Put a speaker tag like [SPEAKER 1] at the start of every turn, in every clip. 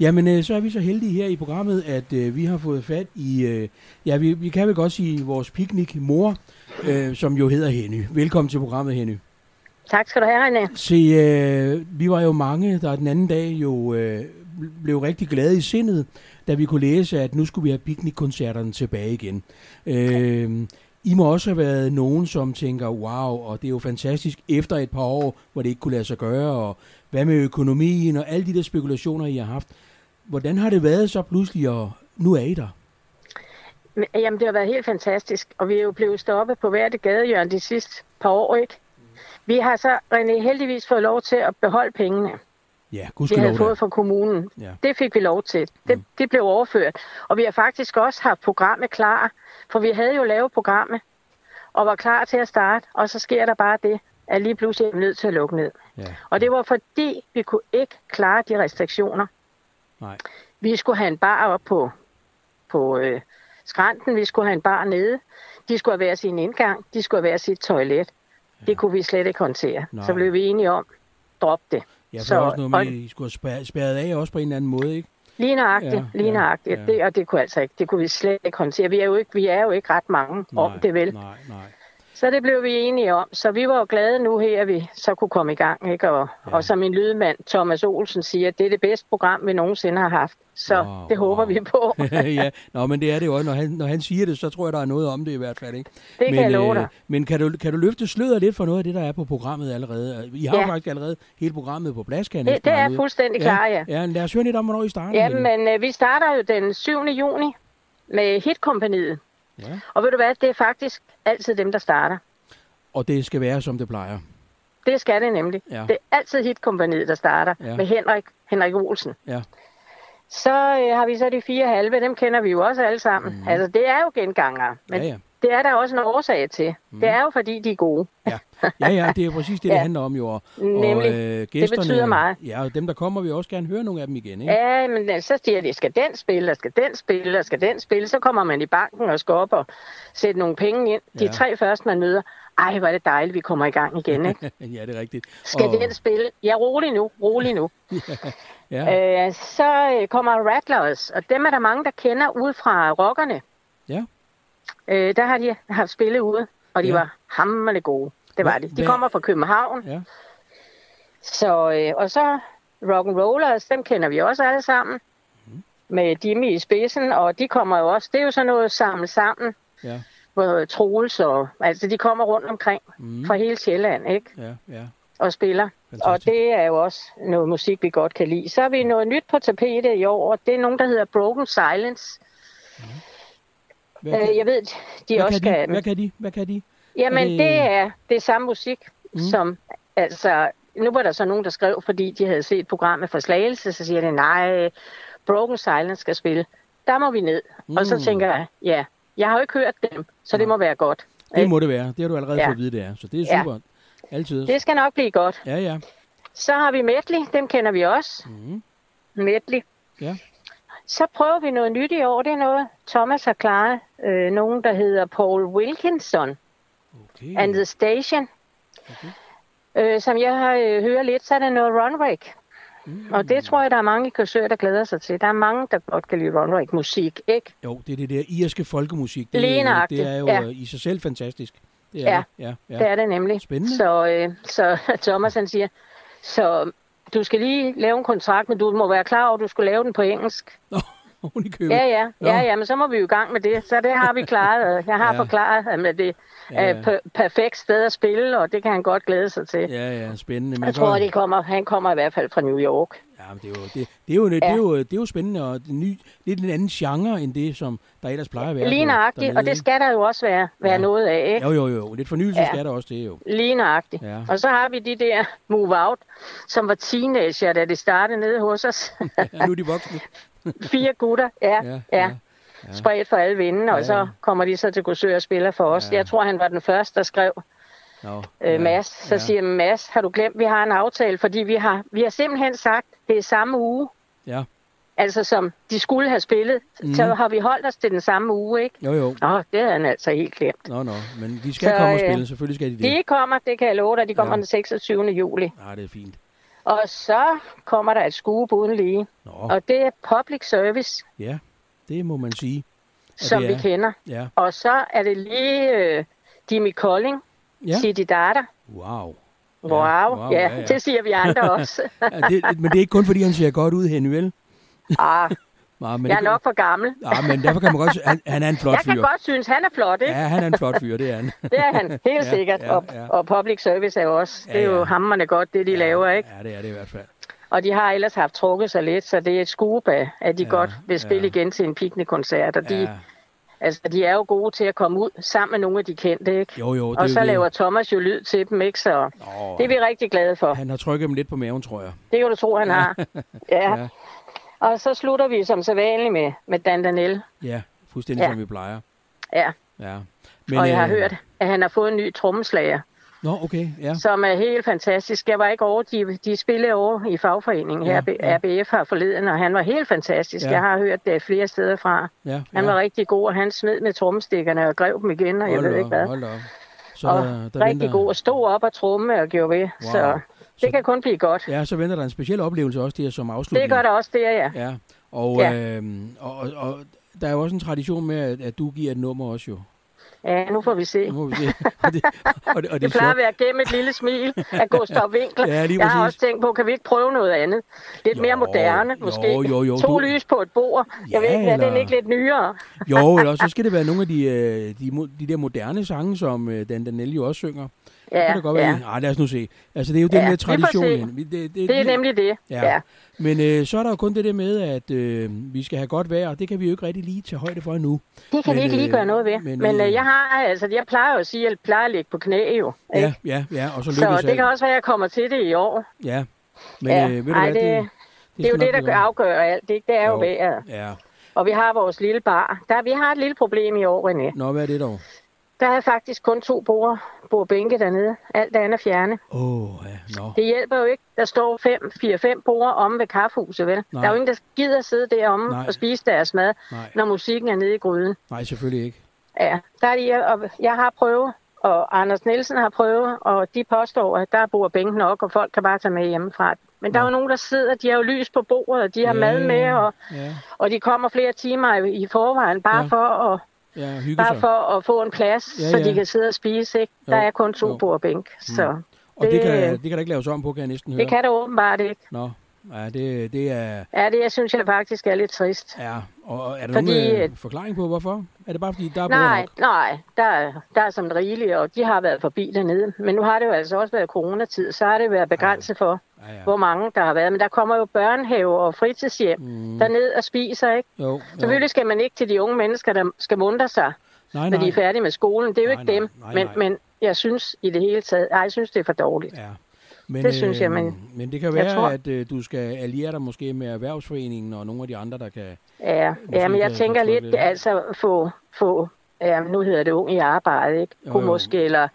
[SPEAKER 1] Jamen, øh, så er vi så heldige her i programmet, at øh, vi har fået fat i, øh, ja, vi, vi kan vel godt sige vores piknik-mor, øh, som jo hedder Henny. Velkommen til programmet, Henny.
[SPEAKER 2] Tak skal du have, René.
[SPEAKER 1] Se, øh, vi var jo mange, der den anden dag jo øh, blev rigtig glade i sindet, da vi kunne læse, at nu skulle vi have piknikkoncerterne tilbage igen. Øh, I må også have været nogen, som tænker, wow, og det er jo fantastisk efter et par år, hvor det ikke kunne lade sig gøre, og hvad med økonomien og alle de der spekulationer, I har haft. Hvordan har det været så pludselig, og nu er I der?
[SPEAKER 2] Men, Jamen, det har været helt fantastisk, og vi er jo blevet stoppet på hvert gadehjørne de sidste par år, ikke? Vi har så, René, heldigvis fået lov til at beholde pengene,
[SPEAKER 1] Ja,
[SPEAKER 2] vi
[SPEAKER 1] gudskelov
[SPEAKER 2] havde
[SPEAKER 1] da.
[SPEAKER 2] fået fra kommunen.
[SPEAKER 1] Ja.
[SPEAKER 2] Det fik vi lov til. Det, mm. det blev overført. Og vi har faktisk også haft programmet klar, for vi havde jo lavet programmet, og var klar til at starte, og så sker der bare det, at lige pludselig er vi nødt til at lukke ned.
[SPEAKER 1] Ja,
[SPEAKER 2] Og det var fordi, vi kunne ikke klare de restriktioner.
[SPEAKER 1] nej.
[SPEAKER 2] Vi skulle have en bar op på, på øh, skrænten, vi skulle have en bar nede, de skulle have hver sin indgang, de skulle have hver sit toilet. Ja. Det kunne vi slet ikke håndtere.
[SPEAKER 1] Nej.
[SPEAKER 2] Nej. Så blev vi enige om, drop det.
[SPEAKER 1] Ja, for
[SPEAKER 2] Så-
[SPEAKER 1] så, også noget med,
[SPEAKER 2] og-
[SPEAKER 1] at I skulle have spær- spærret af også på en eller anden måde, ikke?
[SPEAKER 2] Lige nøjagtigt,
[SPEAKER 1] Ja,
[SPEAKER 2] ja,
[SPEAKER 1] ja,
[SPEAKER 2] lige nøjagtigt.
[SPEAKER 1] ja.
[SPEAKER 2] Ja. Det, og det kunne altså ikke, det kunne vi slet ikke håndtere. Vi er jo ikke, vi er jo ikke ret mange nej, om det vel. Nej.
[SPEAKER 1] Nej, nej.
[SPEAKER 2] Så det blev vi enige om. Så vi var jo glade nu her, at vi så kunne komme i gang. Ikke? Og,
[SPEAKER 1] Ja.
[SPEAKER 2] ja. og som min lydmand Thomas Olsen siger, det er det bedste program, vi nogensinde har haft. Så
[SPEAKER 1] Wow,
[SPEAKER 2] wow, det håber
[SPEAKER 1] wow.
[SPEAKER 2] vi på.
[SPEAKER 1] ja, nå, men det er det jo også. Når han, når han siger det, så tror jeg, der er noget om det i hvert fald. Ikke?
[SPEAKER 2] Det kan
[SPEAKER 1] men,
[SPEAKER 2] jeg love
[SPEAKER 1] øh,
[SPEAKER 2] dig.
[SPEAKER 1] Men kan du, kan du løfte sløret lidt for noget af det, der er på programmet allerede? I har ja.
[SPEAKER 2] Ja.
[SPEAKER 1] jo faktisk allerede hele programmet på plads, kan jeg
[SPEAKER 2] Det-
[SPEAKER 1] næsten
[SPEAKER 2] det er
[SPEAKER 1] regne ud.
[SPEAKER 2] fuldstændig klar, ja.
[SPEAKER 1] ja. Lad os høre lidt om, hvornår I starter. Helle.
[SPEAKER 2] Jamen, øh, vi starter jo den 7. juni med Hitkompaniet.
[SPEAKER 1] Ja.
[SPEAKER 2] Og ved du hvad, det er faktisk altid dem, der starter.
[SPEAKER 1] Og det skal være, som det plejer.
[SPEAKER 2] Det skal det nemlig.
[SPEAKER 1] Ja.
[SPEAKER 2] Ja. Det er altid Hitkompaniet, der starter
[SPEAKER 1] Ja.
[SPEAKER 2] ja. med Henrik, Henrik Olsen.
[SPEAKER 1] Ja,
[SPEAKER 2] Så øh, har vi så de fire halve, dem kender vi jo også alle sammen. Mm. Altså, det er jo gengangere, men
[SPEAKER 1] ja,
[SPEAKER 2] ja, ja.
[SPEAKER 1] ja.
[SPEAKER 2] det er der også en årsag til. Mm. Det er jo, fordi de er gode.
[SPEAKER 1] Ja. ja, ja, det er præcis det, det
[SPEAKER 2] Ja.
[SPEAKER 1] handler om jo. Og, og
[SPEAKER 2] Nemlig.
[SPEAKER 1] øh, gæsterne,
[SPEAKER 2] Det betyder meget.
[SPEAKER 1] Ja, og dem, der kommer, vil også gerne høre nogle af dem igen. Ikke?
[SPEAKER 2] Ja, ja men øh, så siger de, skal den spille, og skal den spille, og skal den spille. Så kommer man i banken og skal op og sætte nogle penge ind. De
[SPEAKER 1] Ja.
[SPEAKER 2] tre første, man møder, ej, hvor er det dejligt, vi kommer i gang igen, ikke?
[SPEAKER 1] ja, det er rigtigt.
[SPEAKER 2] Skal
[SPEAKER 1] og,
[SPEAKER 2] den spille? Ja, rolig nu, rolig nu.
[SPEAKER 1] Ja,
[SPEAKER 2] Ja. Øh, så øh, kommer Rattlers, og dem er der mange, der kender ud fra rockerne.
[SPEAKER 1] ja.
[SPEAKER 2] Øh, der har de haft spillet ude, og de
[SPEAKER 1] Ja.
[SPEAKER 2] ja. var hammerende gode. Det var
[SPEAKER 1] Hva-
[SPEAKER 2] de. De
[SPEAKER 1] hvad-
[SPEAKER 2] kommer fra København.
[SPEAKER 1] Ja.
[SPEAKER 2] Så, øh, og så rock and rollers, dem kender vi også alle sammen.
[SPEAKER 1] Mhm.
[SPEAKER 2] Med Jimmy i spidsen, og de kommer jo også. Det er jo sådan noget samlet sammen,
[SPEAKER 1] Ja,
[SPEAKER 2] hvor Troels og... Altså, de kommer rundt omkring
[SPEAKER 1] Mm.
[SPEAKER 2] mm. fra hele Sjælland, ikke?
[SPEAKER 1] ja, ja.
[SPEAKER 2] Og spiller.
[SPEAKER 1] Fantastisk.
[SPEAKER 2] Og det er jo også noget musik, vi godt kan lide. Så har vi noget nyt på tapetet i år, og det er nogen, der hedder Broken Silence.
[SPEAKER 1] Hvad, kan-
[SPEAKER 2] Øh, jeg ved, de
[SPEAKER 1] hvad
[SPEAKER 2] også
[SPEAKER 1] kan de?
[SPEAKER 2] skal...
[SPEAKER 1] Hvad kan de? Hvad kan de?
[SPEAKER 2] Jamen,
[SPEAKER 1] det-
[SPEAKER 2] det... det er det er samme musik, mm. som altså... Nu var der så nogen, der skrev, fordi de havde set programmet fra Slagelse, så siger de, nej, Broken Silence skal spille. Der må vi ned. Mm. Og så
[SPEAKER 1] Mm.
[SPEAKER 2] tænker jeg, ja, jeg har jo ikke hørt dem, så det må være godt.
[SPEAKER 1] Det må det være. Det har du allerede ja.
[SPEAKER 2] Ja.
[SPEAKER 1] fået at vide, det er. Så det er
[SPEAKER 2] Ja.
[SPEAKER 1] super. Altid.
[SPEAKER 2] Det skal nok blive godt.
[SPEAKER 1] Ja, ja.
[SPEAKER 2] Så har vi Medley, dem kender vi også.
[SPEAKER 1] Mm.
[SPEAKER 2] Medley.
[SPEAKER 1] Ja.
[SPEAKER 2] Så prøver vi noget nyt i år. Det er noget, Thomas har klaret. Øh, nogen, der hedder Paul Wilkinson.
[SPEAKER 1] Okay.
[SPEAKER 2] and the Station. Okay. Øh, som jeg har øh, hører lidt, så er det noget Runrig. Mm. Og det tror jeg, der er mange kursører, der glæder sig til. Der er mange, der godt kan lide Runrig-musik, ikke?
[SPEAKER 1] Jo, det er det der irske folkemusik. Det,
[SPEAKER 2] Lige
[SPEAKER 1] er,
[SPEAKER 2] nøjagtigt,
[SPEAKER 1] det er jo
[SPEAKER 2] ja.
[SPEAKER 1] øh, i sig selv fantastisk. Det er
[SPEAKER 2] Ja.
[SPEAKER 1] det. Ja, ja.
[SPEAKER 2] Ja. Det er det nemlig.
[SPEAKER 1] Spændende.
[SPEAKER 2] Så, øh, så Thomas han siger, så du skal lige lave en kontrakt, men du må være klar over, at du skulle lave den på engelsk.
[SPEAKER 1] Nå, oven i købet.
[SPEAKER 2] Ja, ja,
[SPEAKER 1] Nå.
[SPEAKER 2] ja, ja, men så må vi jo i gang med det. Så det har vi klaret. og Jeg har
[SPEAKER 1] Ja.
[SPEAKER 2] ja. forklaret ham, at det
[SPEAKER 1] Ja,
[SPEAKER 2] er
[SPEAKER 1] ja.
[SPEAKER 2] et per- perfekt sted at spille, og det kan han godt glæde sig til. Ja,
[SPEAKER 1] Ja, ja, spændende. Man
[SPEAKER 2] jeg tror,
[SPEAKER 1] kan-
[SPEAKER 2] det kommer, han kommer i hvert fald fra New York.
[SPEAKER 1] Ja, men det er jo, det, det, er jo, det, er jo, det er jo spændende, og det er ny, lidt en anden genre, end det, som der ellers plejer at være.
[SPEAKER 2] Lige
[SPEAKER 1] på-
[SPEAKER 2] nøjagtigt,
[SPEAKER 1] dernede,
[SPEAKER 2] og det
[SPEAKER 1] ikke?
[SPEAKER 2] skal der jo også være, være
[SPEAKER 1] Ja.
[SPEAKER 2] ja. noget af, ikke?
[SPEAKER 1] Jo, jo, jo. Lidt fornyelse ja.
[SPEAKER 2] Ja.
[SPEAKER 1] skal der også, det er jo.
[SPEAKER 2] Lige nøjagtigt.
[SPEAKER 1] Ja.
[SPEAKER 2] Ja. Og så har vi de der move out, som var teenager, da det startede nede hos os.
[SPEAKER 1] Ja, nu er de voksne.
[SPEAKER 2] Fire gutter, ja,
[SPEAKER 1] Ja,
[SPEAKER 2] ja,
[SPEAKER 1] ja,
[SPEAKER 2] ja. spredt for alle vinden, og
[SPEAKER 1] Ja, ja.
[SPEAKER 2] så kommer de så til Korsør og spiller for os.
[SPEAKER 1] Ja.
[SPEAKER 2] Jeg tror, han var den første, der skrev
[SPEAKER 1] Nå,
[SPEAKER 2] øh,
[SPEAKER 1] ja,
[SPEAKER 2] Mads. Så
[SPEAKER 1] ja.
[SPEAKER 2] ja. siger jeg, Mads, har du glemt, vi har en aftale? Fordi vi har, vi har simpelthen sagt, det er samme uge,
[SPEAKER 1] Ja,
[SPEAKER 2] altså som de skulle have spillet. Mm.
[SPEAKER 1] Mhm.
[SPEAKER 2] Så har vi holdt os til den samme uge, ikke?
[SPEAKER 1] jo, jo.
[SPEAKER 2] Nå, det havde han altså helt glemt.
[SPEAKER 1] Nå, nå. Men de skal
[SPEAKER 2] Så,
[SPEAKER 1] komme og
[SPEAKER 2] øh,
[SPEAKER 1] spille, selvfølgelig skal de det.
[SPEAKER 2] De kommer, det kan jeg love dig, de kommer
[SPEAKER 1] Ja.
[SPEAKER 2] ja. den 26. juli.
[SPEAKER 1] Nej, det er fint.
[SPEAKER 2] Og så kommer der et skue på uden lige.
[SPEAKER 1] Nå,
[SPEAKER 2] Og det er public service,
[SPEAKER 1] ja, det må man sige.
[SPEAKER 2] som
[SPEAKER 1] det
[SPEAKER 2] vi
[SPEAKER 1] er-
[SPEAKER 2] kender.
[SPEAKER 1] Ja,
[SPEAKER 2] Og så er det lige øh, Jimmy Kolding,
[SPEAKER 1] ja.
[SPEAKER 2] City Data.
[SPEAKER 1] wow. Ja,
[SPEAKER 2] Wow, ja, wow ja, ja, det siger vi andre også.
[SPEAKER 1] Ja, det, men det er ikke kun, fordi han ser godt ud, Henny, vel?
[SPEAKER 2] Ah,
[SPEAKER 1] Nej, men
[SPEAKER 2] jeg er
[SPEAKER 1] det-
[SPEAKER 2] nok for gammel.
[SPEAKER 1] Nej, men derfor kan man godt... Han, han er en flot
[SPEAKER 2] Jeg kan
[SPEAKER 1] fyr.
[SPEAKER 2] godt synes, han er flot, ikke?
[SPEAKER 1] Ja, han er en flot fyr, det er han.
[SPEAKER 2] Det er han, helt
[SPEAKER 1] Ja,
[SPEAKER 2] sikkert.
[SPEAKER 1] ja,
[SPEAKER 2] Og,
[SPEAKER 1] ja.
[SPEAKER 2] og public service er jo også. Det er
[SPEAKER 1] Ja, ja.
[SPEAKER 2] jo hammerne godt, det de laver, ikke?
[SPEAKER 1] Ja, det er det i hvert fald.
[SPEAKER 2] Og de har ellers haft trukket sig lidt, så det er et skuebag, at de
[SPEAKER 1] Ja,
[SPEAKER 2] ja, godt vil spille
[SPEAKER 1] ja.
[SPEAKER 2] ja. igen til en piknikkoncert. Og de, ja.
[SPEAKER 1] Ja.
[SPEAKER 2] altså, de er jo gode til at komme ud sammen med nogle af de kendte, ikke?
[SPEAKER 1] Jo, jo, det
[SPEAKER 2] og
[SPEAKER 1] er
[SPEAKER 2] så
[SPEAKER 1] jo
[SPEAKER 2] laver
[SPEAKER 1] det.
[SPEAKER 2] Thomas jo lyd til dem, ikke? Så
[SPEAKER 1] Åh,
[SPEAKER 2] det er vi rigtig glade for.
[SPEAKER 1] Han har trykket dem lidt på maven, tror jeg.
[SPEAKER 2] Det kan du tro, han har. Ja.
[SPEAKER 1] Ja.
[SPEAKER 2] ja. Og så slutter vi som så vanligt med, med Dan Danel.
[SPEAKER 1] Ja, fuldstændig
[SPEAKER 2] Ja.
[SPEAKER 1] som vi plejer.
[SPEAKER 2] Ja,
[SPEAKER 1] Ja.
[SPEAKER 2] Men, og jeg har
[SPEAKER 1] øh,
[SPEAKER 2] hørt, at han har fået en ny trommeslager,
[SPEAKER 1] Nå, okay, ja.
[SPEAKER 2] som er helt fantastisk. Jeg var ikke over, de, de spillede over i fagforeningen
[SPEAKER 1] Ja,
[SPEAKER 2] her,
[SPEAKER 1] ja.
[SPEAKER 2] ja, RBF har forleden, og han var helt fantastisk.
[SPEAKER 1] Ja.
[SPEAKER 2] Ja. Jeg har hørt det flere steder fra.
[SPEAKER 1] ja
[SPEAKER 2] Han
[SPEAKER 1] ja.
[SPEAKER 2] var rigtig god, og han smed med trommestikkerne og grev dem igen, og jeg
[SPEAKER 1] Hold
[SPEAKER 2] ved
[SPEAKER 1] da
[SPEAKER 2] ikke
[SPEAKER 1] op,
[SPEAKER 2] hvad.
[SPEAKER 1] Hold da op. Så
[SPEAKER 2] Og
[SPEAKER 1] der, der
[SPEAKER 2] rigtig
[SPEAKER 1] venter...
[SPEAKER 2] god og stod op og tromme og gjorde ved. Wow. Så
[SPEAKER 1] Så-
[SPEAKER 2] det kan kun blive godt.
[SPEAKER 1] Ja, så venter der en speciel oplevelse også der som afslutning.
[SPEAKER 2] Det gør der også der, ja.
[SPEAKER 1] Ja, og,
[SPEAKER 2] Ja.
[SPEAKER 1] ja. Øhm, og, og, og der er jo også en tradition med, at, at du giver et nummer også jo.
[SPEAKER 2] Ja, nu får vi se.
[SPEAKER 1] Nu må vi se. Og det, og det, og det
[SPEAKER 2] Det
[SPEAKER 1] er
[SPEAKER 2] plejer
[SPEAKER 1] sjovt.
[SPEAKER 2] at være gennem et lille smil af Gustav Winkler.
[SPEAKER 1] Ja, lige
[SPEAKER 2] jeg har
[SPEAKER 1] præcis.
[SPEAKER 2] også tænkt på, kan vi ikke prøve noget andet? Lidt
[SPEAKER 1] Jo,
[SPEAKER 2] mere moderne, måske.
[SPEAKER 1] jo, jo, jo.
[SPEAKER 2] to
[SPEAKER 1] Du-
[SPEAKER 2] lys på et bord. Jeg ved
[SPEAKER 1] Ja,
[SPEAKER 2] ikke, er den
[SPEAKER 1] eller-
[SPEAKER 2] ikke lidt nyere?
[SPEAKER 1] Jo, eller også så skal det være nogle af de, øh, de, mo- de der moderne sange, som øh, Dan Danelli jo også synger.
[SPEAKER 2] Ja,
[SPEAKER 1] det kan da godt være.
[SPEAKER 2] ja.
[SPEAKER 1] Nej, lad os nu se. Altså, det er jo den
[SPEAKER 2] Ja,
[SPEAKER 1] der
[SPEAKER 2] vi får se.
[SPEAKER 1] tradition. Det, det,
[SPEAKER 2] Det er nemlig det.
[SPEAKER 1] Ja. ja. Men øh, så er der jo kun det der med, at øh, vi skal have godt vejr, og det kan vi jo ikke rigtig lige tage højde for endnu.
[SPEAKER 2] Det kan
[SPEAKER 1] Men,
[SPEAKER 2] vi ikke lige
[SPEAKER 1] øh,
[SPEAKER 2] gøre noget ved.
[SPEAKER 1] men,
[SPEAKER 2] Men, men
[SPEAKER 1] øh,
[SPEAKER 2] øh, jeg har, altså, jeg plejer jo at sige, at jeg plejer at ligge på knæ jo.
[SPEAKER 1] Ja,
[SPEAKER 2] ikke?
[SPEAKER 1] ja, ja, og så lykkes
[SPEAKER 2] Så det
[SPEAKER 1] alt.
[SPEAKER 2] kan også være, at jeg kommer til det i år.
[SPEAKER 1] Ja, men
[SPEAKER 2] Ja,
[SPEAKER 1] øh, ved du
[SPEAKER 2] ej,
[SPEAKER 1] hvad, det,
[SPEAKER 2] det- det er Det er jo
[SPEAKER 1] skal nok
[SPEAKER 2] det, der
[SPEAKER 1] blive
[SPEAKER 2] gør-
[SPEAKER 1] godt.
[SPEAKER 2] afgør alt. Det, det er jo
[SPEAKER 1] Jo.
[SPEAKER 2] vejret.
[SPEAKER 1] Ja,
[SPEAKER 2] Og vi har vores lille bar. Der, vi har et lille problem i år, René.
[SPEAKER 1] nå, hvad er det dog?
[SPEAKER 2] Der er faktisk kun to borde, bordbænke dernede. Alt andet er fjerne.
[SPEAKER 1] Åh, oh, ja, nå.
[SPEAKER 2] Det hjælper jo ikke. Der står 4-5 borde omme ved kaffehuset, vel?
[SPEAKER 1] Nej.
[SPEAKER 2] Der er jo ingen, der gider sidde deromme
[SPEAKER 1] Nej.
[SPEAKER 2] Nej. og spise deres mad,
[SPEAKER 1] Nej,
[SPEAKER 2] når musikken er nede i gryden.
[SPEAKER 1] nej, selvfølgelig ikke.
[SPEAKER 2] Ja, der er de, og jeg har prøvet, og Anders Nielsen har prøvet, og de påstår, at der bor bænken nok, og folk kan bare tage med hjemmefra. Men der er jo nogen, der sidder, de har jo lys på bordet, og de har
[SPEAKER 1] Ja,
[SPEAKER 2] mad med, og,
[SPEAKER 1] Ja,
[SPEAKER 2] og de kommer flere timer i i forvejen, bare,
[SPEAKER 1] Ja.
[SPEAKER 2] ja. for, at,
[SPEAKER 1] ja hygge
[SPEAKER 2] bare
[SPEAKER 1] sig.
[SPEAKER 2] for at få en plads,
[SPEAKER 1] Ja,
[SPEAKER 2] ja, så
[SPEAKER 1] ja.
[SPEAKER 2] de kan sidde og spise. Ikke? Der
[SPEAKER 1] Jo,
[SPEAKER 2] er kun to
[SPEAKER 1] jo.
[SPEAKER 2] bordbænk, så mm.
[SPEAKER 1] Og det kan,
[SPEAKER 2] det-
[SPEAKER 1] det kan der ikke laves om på, kan jeg næsten høre.
[SPEAKER 2] det kan der åbenbart ikke.
[SPEAKER 1] Nå, ja, det, det er...
[SPEAKER 2] Ja, det jeg synes jeg faktisk er lidt trist.
[SPEAKER 1] Ja, og og er der
[SPEAKER 2] Fordi,
[SPEAKER 1] nogen øh,
[SPEAKER 2] øh,
[SPEAKER 1] forklaring på, hvorfor? Er det bare, fordi der er bruger
[SPEAKER 2] Nej,
[SPEAKER 1] nok?
[SPEAKER 2] nej, der, er- der er som rigeligt, og de har været forbi dernede. Men nu har det jo altså også været coronatid, så har det været begrænset for,
[SPEAKER 1] Ja, ja.
[SPEAKER 2] hvor mange der har været. Men der kommer jo børnehaver og fritidshjem
[SPEAKER 1] Mm,
[SPEAKER 2] derned og spiser, ikke?
[SPEAKER 1] jo,
[SPEAKER 2] Selvfølgelig skal man ikke til de unge mennesker, der skal muntre sig,
[SPEAKER 1] Nej,
[SPEAKER 2] når de er
[SPEAKER 1] nej.
[SPEAKER 2] færdige med skolen. Det er jo
[SPEAKER 1] Nej,
[SPEAKER 2] ikke dem.
[SPEAKER 1] nej, nej,
[SPEAKER 2] Men,
[SPEAKER 1] nej.
[SPEAKER 2] men jeg synes i det hele taget, ej, jeg synes, det er for dårligt.
[SPEAKER 1] Ja. Men,
[SPEAKER 2] Det synes jeg, men
[SPEAKER 1] men det kan
[SPEAKER 2] jeg
[SPEAKER 1] være,
[SPEAKER 2] tror-
[SPEAKER 1] at øh, du skal alliere dig måske med Erhvervsforeningen og nogle af de andre, der kan...
[SPEAKER 2] Ja, ja
[SPEAKER 1] kan
[SPEAKER 2] men jeg
[SPEAKER 1] jeg
[SPEAKER 2] tænker
[SPEAKER 1] forstå
[SPEAKER 2] lidt,
[SPEAKER 1] det.
[SPEAKER 2] altså få, få ja, nu hedder det ung i arbejde, ikke?
[SPEAKER 1] Jo,
[SPEAKER 2] Kunne
[SPEAKER 1] jo.
[SPEAKER 2] måske, eller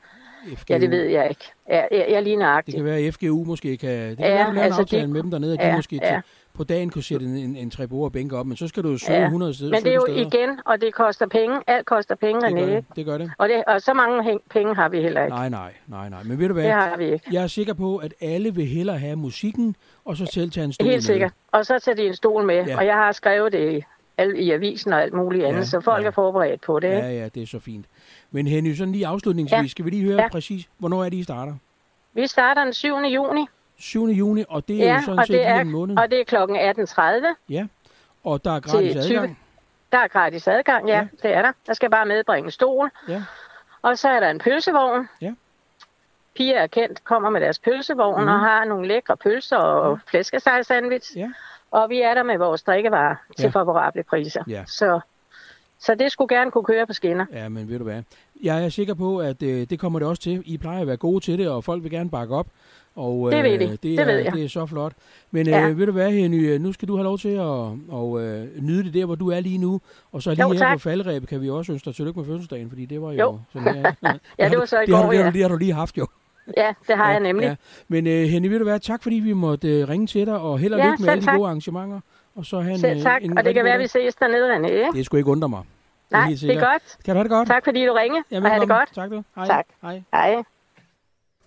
[SPEAKER 1] FGU.
[SPEAKER 2] ja, det ved jeg ikke. Ja, jeg, jeg er lige
[SPEAKER 1] Det
[SPEAKER 2] nøjagtig.
[SPEAKER 1] kan være, at FGU måske kan... Det kan
[SPEAKER 2] Ja,
[SPEAKER 1] være, du laver
[SPEAKER 2] altså
[SPEAKER 1] en
[SPEAKER 2] det-
[SPEAKER 1] aftale med dem dernede, at de
[SPEAKER 2] Ja,
[SPEAKER 1] måske
[SPEAKER 2] ja.
[SPEAKER 1] kan, på dagen kunne sætte en, en, en tre borde og bænke op, men så skal du jo søge
[SPEAKER 2] Ja,
[SPEAKER 1] 100 steder.
[SPEAKER 2] Men det er jo
[SPEAKER 1] 17 steder.
[SPEAKER 2] igen, og det koster penge. Alt koster penge,
[SPEAKER 1] Det gør
[SPEAKER 2] René.
[SPEAKER 1] det. Det gør det.
[SPEAKER 2] Og, det, og så mange hæng- penge har vi heller ikke.
[SPEAKER 1] Nej, nej, nej, nej. Men ved du hvad?
[SPEAKER 2] Det har vi ikke.
[SPEAKER 1] Jeg er sikker på, at alle vil hellere have musikken, og så selv tage en stol med.
[SPEAKER 2] Helt sikkert. Og så tager de en stol med.
[SPEAKER 1] Ja.
[SPEAKER 2] Ja. Og jeg har skrevet det i, al- i avisen og alt muligt andet,
[SPEAKER 1] Ja,
[SPEAKER 2] ja. så folk
[SPEAKER 1] ja.
[SPEAKER 2] ja. er forberedt på det.
[SPEAKER 1] Ja,
[SPEAKER 2] Ja.
[SPEAKER 1] ja, det er så fint. Men Henny, sådan lige afslutningsvis,
[SPEAKER 2] Ja.
[SPEAKER 1] ja. skal vi lige høre ja.
[SPEAKER 2] Ja.
[SPEAKER 1] præcis, hvornår er det, I starter?
[SPEAKER 2] Vi starter den 7. juni,
[SPEAKER 1] 7. juni, og det er
[SPEAKER 2] ja,
[SPEAKER 1] jo sådan
[SPEAKER 2] og,
[SPEAKER 1] set
[SPEAKER 2] det
[SPEAKER 1] lige
[SPEAKER 2] er,
[SPEAKER 1] en måned,
[SPEAKER 2] og det er klokken 18.30.
[SPEAKER 1] ja. og der er gratis
[SPEAKER 2] til
[SPEAKER 1] adgang.
[SPEAKER 2] Der er gratis adgang, ja,
[SPEAKER 1] Ja.
[SPEAKER 2] ja, det er der. Der skal bare medbringe en stol,
[SPEAKER 1] Ja,
[SPEAKER 2] og så er der en pølsevogn.
[SPEAKER 1] Ja.
[SPEAKER 2] Piger er kendt, kommer med deres pølsevogn
[SPEAKER 1] Mhm.
[SPEAKER 2] mm. og har nogle lækre pølser og ja. flæskestegsandwich.
[SPEAKER 1] ja.
[SPEAKER 2] Og vi er der med vores drikkevarer til
[SPEAKER 1] Ja.
[SPEAKER 2] favorable priser.
[SPEAKER 1] Ja.
[SPEAKER 2] Så, så det skulle gerne kunne køre på skinner.
[SPEAKER 1] Ja, men ved du hvad? Jeg er sikker på, at øh, det kommer det også til. I plejer at være gode til det, og folk vil gerne bakke op. Og, øh,
[SPEAKER 2] Det ved de.
[SPEAKER 1] Det,
[SPEAKER 2] Det
[SPEAKER 1] er,
[SPEAKER 2] ved jeg.
[SPEAKER 1] det er så flot. Men
[SPEAKER 2] Ja.
[SPEAKER 1] øh, ved du hvad, Henny, øh, nu skal du have lov til at og, øh, nyde det der, hvor du er lige nu. Og så lige
[SPEAKER 2] Jo,
[SPEAKER 1] her
[SPEAKER 2] tak.
[SPEAKER 1] på faldrebet kan vi også ønske dig tillykke med fødselsdagen, fordi det var jo,
[SPEAKER 2] Jo.
[SPEAKER 1] sådan her.
[SPEAKER 2] Ja, det var så i
[SPEAKER 1] det, har du,
[SPEAKER 2] går,
[SPEAKER 1] det, har
[SPEAKER 2] ja.
[SPEAKER 1] du, det har du lige haft jo.
[SPEAKER 2] Ja, det har jeg nemlig.
[SPEAKER 1] Ja. Men øh, Henny, ved du hvad, tak fordi vi måtte øh, ringe til dig, og held og
[SPEAKER 2] Ja,
[SPEAKER 1] lykke med
[SPEAKER 2] selv
[SPEAKER 1] alle de
[SPEAKER 2] tak.
[SPEAKER 1] gode arrangementer. Og så have en,
[SPEAKER 2] Selv
[SPEAKER 1] øh,
[SPEAKER 2] tak,
[SPEAKER 1] en
[SPEAKER 2] og det
[SPEAKER 1] rigtig
[SPEAKER 2] kan
[SPEAKER 1] god
[SPEAKER 2] være,
[SPEAKER 1] dag.
[SPEAKER 2] vi ses dernede, René. Ikke?
[SPEAKER 1] Det skulle ikke undre mig.
[SPEAKER 2] Nej,
[SPEAKER 1] helt
[SPEAKER 2] det er
[SPEAKER 1] sikkert.
[SPEAKER 2] godt.
[SPEAKER 1] Kan du have det godt?
[SPEAKER 2] Tak fordi du ringede,
[SPEAKER 1] Ja,
[SPEAKER 2] og have det
[SPEAKER 1] velkommen.
[SPEAKER 2] godt.
[SPEAKER 1] Tak du. Hej.
[SPEAKER 2] Tak.
[SPEAKER 1] Hej.
[SPEAKER 2] Hej.